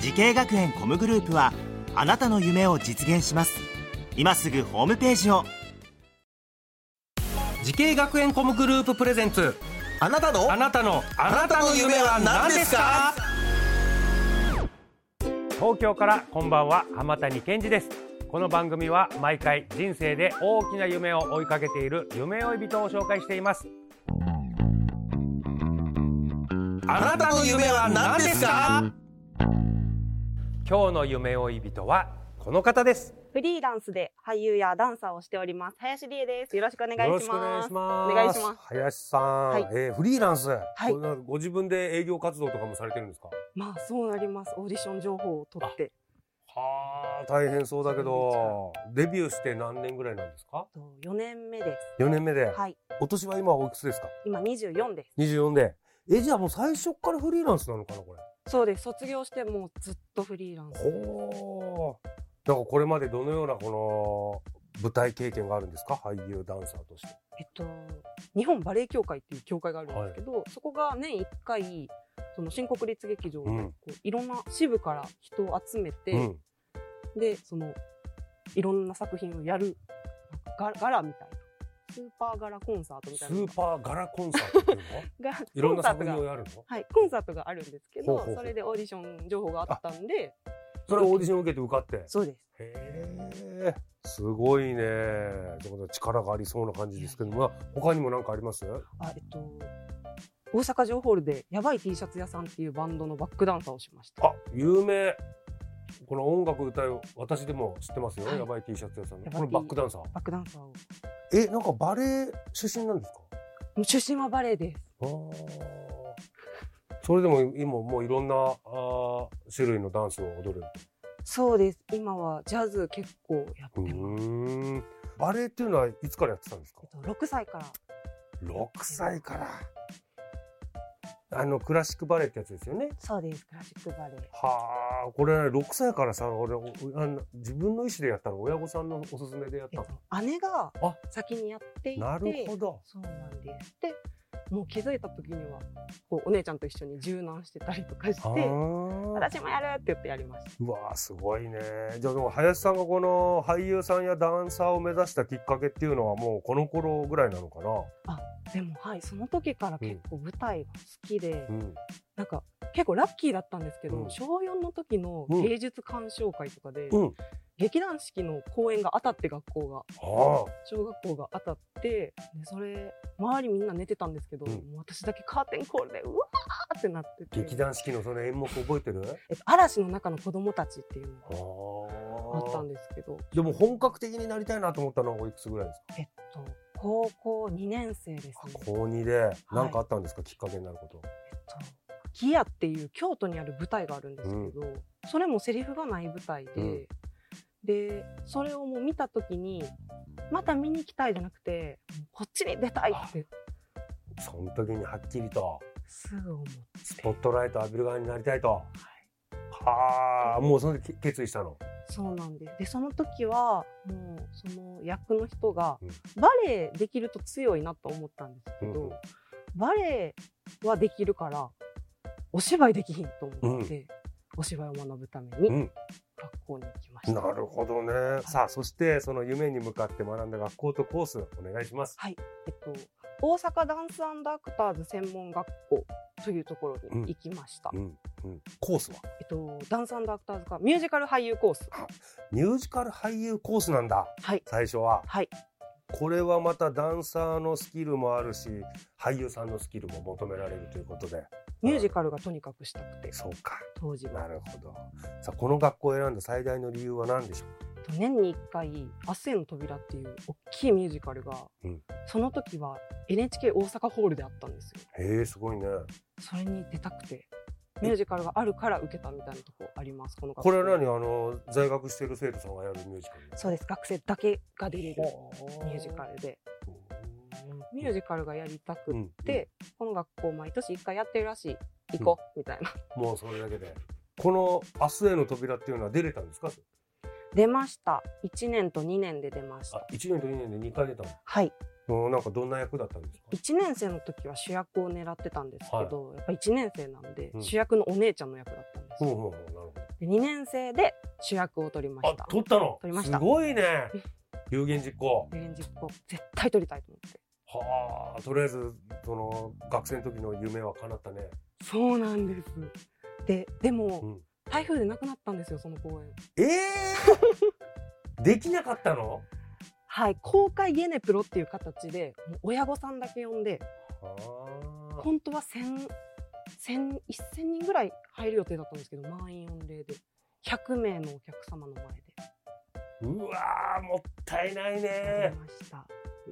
時系学園コムグループはあなたの夢を実現します今すぐホームページを時系学園コムグループプレゼンツあなたのあなたのああなたの夢は何ですか東京からこんばんは浜谷健二ですこの番組は毎回人生で大きな夢を追いかけている夢追い人を紹介していますあなたの夢は何ですか今日の夢追い人はこの方ですフリーランスで俳優やダンサーをしております。林理恵です。よろしくお願いします。ますお願いします林さん、はいえーフリーランス、いこれご自分で営業活動とかもされてるんですかまあ、そうなります。オーディション情報を取って。はあ大変そうだけどデビューして何年ぐらいなんですかと4年目で4年目で、す。はい。お年は今おいくつですか今24です。 24でえじゃあもう最初からフリーランスなのかなこれそうです。卒業してもうずっとフリーランス。ほーなんかこれまでどのようなこの舞台経験があるんですか俳優ダンサーとしてえっと、日本バレエ協会っていう協会があるんですけど、そこが年1回、その新国立劇場で、うんこういろんな支部から人を集めて、うんで、その、いろんな作品をやる、なんかガガラみたいな。スーパーガラコンサートみスたいなのーパーガラコンサートっていうのが。いろんなコンサー作トが品をやるのはい、コンサートがあるんですけどほうほうほうそれでオーディション情報があったんでそれをオーディション受けて受かってへそうですえすごいねでも力がありそうな感じですけども他にも何かありますあえっと大阪城ホールでやばい T シャツ屋さんっていうバンドのバックダンサーをしましたあ有名この音楽歌いを私でも知ってますよ、はいやばい T シャツ屋さんのやばこいのバックダンサーバックダンサーをえなんかバレエ出身なんですか出身はバレエですあーそれでも今もういろんなあー種類のダンスを踊る。そうです今はジャズ結構やってうます、ーん。バレエっていうのはいつからやってたんですかえっと6歳から ?6 歳から。あの、クラシックバレエってやつですよね。そうですクラシックバレエはあ、これ6歳からさ、俺、おあの自分の意思でやったの親御さんのおすすめでやっえたっの。と姉があ先にやっていてなるほど。そうなんですでもう気づいた時にはこうお姉ちゃんと一緒に柔軟してたりとかしあてー私もやるって言ってやりましたうわーすごいねじゃあでも林さんがこの俳優さんやダンサーを目指したきっかけっていうのはもうこの頃ぐらいなのかな、でもはいその時から結構舞台が好きで、うん、なんか結構ラッキーだったんですけど、うん小4の時のうん芸術鑑賞会とかで、うん劇団四季の公演が当たって学校がああ小学校が当たってでそれ周りみんな寝てたんですけど、うんもう私だけカーテンコールでうわーってなってて劇団四季のその演目覚えてるえっと、嵐の中の子供たちっていうのあがあったあんですけど、でも本格的になりたいなと思ったのはおいくつぐらいですかえっと、高校2年生ですね。高2で何かあったんですか、きっかけになることえっとギアっていう京都にある舞台があるんですけど、それもセリフがない舞台で、うんでそれをもう見た時にまた見に行きたいじゃなくてこっちに出たいってその時にはっきりとすぐ思ってスポットライト浴びる側になりたいとはあもうその時決意したのそうなんですでその時はもうその役の人が、うんバレエできると強いなと思ったんですけど、うんうんバレエはできるからお芝居できひんと思って、お芝居を学ぶためうにん学校に行きました。なるほどね、さあそしてその夢に向かって学んだ学校とコースお願いしますえっと、大阪ダンスアクターズ専門学校というところに行きました、ん、うん、コースはえっと、ダンスアクターズかミュージカル俳優コースミュージカル俳優コースなんだはい最初ははいこれはまたダンサーのスキルもあるし俳優さんのスキルも求められるということでミュージカルがとにかくしたくてそうか当時なはるほどさあこの学校を選んだ最大の理由は何でしょえっと年に1回「明日への扉」っていう大きいミュージカルが、うんその時は NHK 大阪ホールであったんですようへえすごいねそれに出たくてミュージカルがあるから受けたみたいなとこありますこの学こ校れは何あの在学してる生徒さんがやるミュージカルそうです学生だけが出れるミミュージカルでミュージカルがやりたくっうんて、この学校毎年一回やってるらしい行こうみたいな、 もうそれだけでこの「明日への扉」っていうのは出れたんですか出ました1年と2年で出ましあた1年と2年で2回出たはいのうんなんかどんな役だったんですか1年生の時は主役を狙ってたんですけど、やっぱ1年生なので、うん主役のお姉ちゃんの役だったんですうんうよ、んうんなるほどで2年生で主役を取りましあた取ったの取りましたすごいね有言実行有言実行絶対取りたいと思ってはあとりあえずその学生の時の夢は叶ったねそうなんですででも、うん台風でなくなったんですよその公演ええ できなかったのはい公開ゲネプロっていう形でもう親御さんだけ呼んでは本当は1000 1000 1000人ぐらい入る予定だったんですけど満員御礼で100名のお客様の前であうわーもったいないやねりました、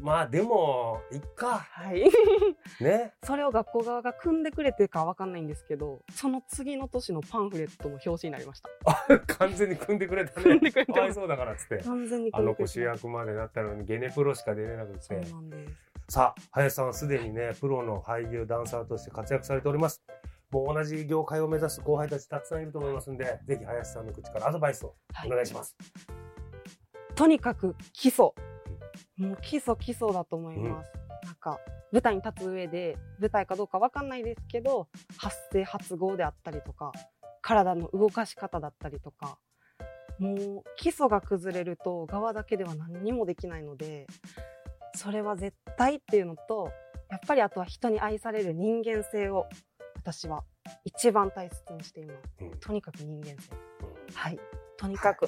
まあでもいっかはいね それを学校側が組んでくれてかわかんないんですけどその次の年のパンフレットの表紙になりました完全に組んでくれた組んねでくれかてますわいそうだからっつって完全にあ組んのでく子れ主てまし役までなったのにゲネプロしか出れなくたてそうなんですさあ林さんはすでにねプロの俳優ダンサーとして活躍されておりますもう同じ業界を目指す後輩たちたくさんいると思いますんでぜひ林さんの口からアドバイスをはお願いします、とにかく基礎もう基礎基礎だと思います、なんか舞台に立つ上で舞台かどうかわかんないですけど発声発語であったりとか体の動かし方だったりとかもう基礎が崩れると側だけでは何にもできないのでそれは絶対っていうのとやっぱりあとは人に愛される人間性を私は一番大切にしていますうんとにかく人間性うんはいとにかく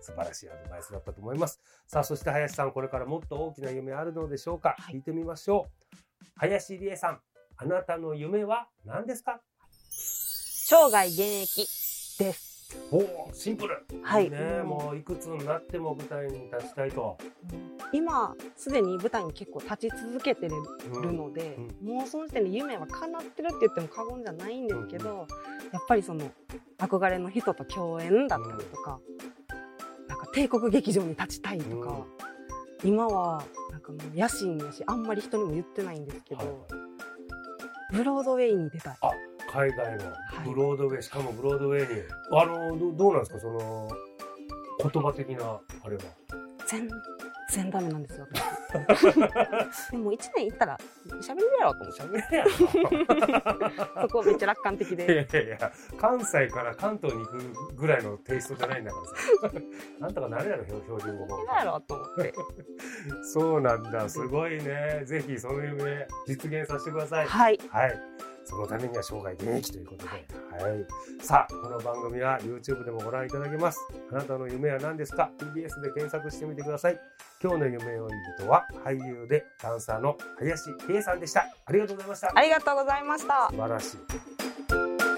素晴らしいアドバイスだったと思いますさあそして林さんこれからもっと大きな夢あるのでしょうか、はい聞いてみましょう林理恵さんあなたの夢は何ですか生涯現役ですおおシンプルはいねえもういくつになっても舞台に立ちたいと、今すでに舞台に結構立ち続けてるうんので、うもうその時点で夢は叶ってるって言っても過言じゃないんですけど、やっぱりその憧れの人と共演だったりとか、なんか帝国劇場に立ちたいとか、今はなんかもう野心やしあんまり人にも言ってないんですけど、はいブロードウェイに出たい。海外のはいブロードウェイ、しかもブロードウェイにあのどどうなんですかその言葉的なあれは全然ダメなんですよ 私でも1年行ったら喋れるやろと思って喋れやろそこめっちゃ楽観的でいやいやいや関西から関東に行くぐらいのテイストじゃないんだからさなんとかなるやろ標準語もいけるやろと思ってそうなんだすごいねぜひその夢実現させてくださいはいはい。そのためには生涯現役ということで、はい。さあ、この番組は YouTube でもご覧いただけます。あなたの夢は何ですか ?TBS で検索してみてください。今日の夢追い人は俳優でダンサーの林圭さんでした。ありがとうございました。ありがとうございました素晴らしい。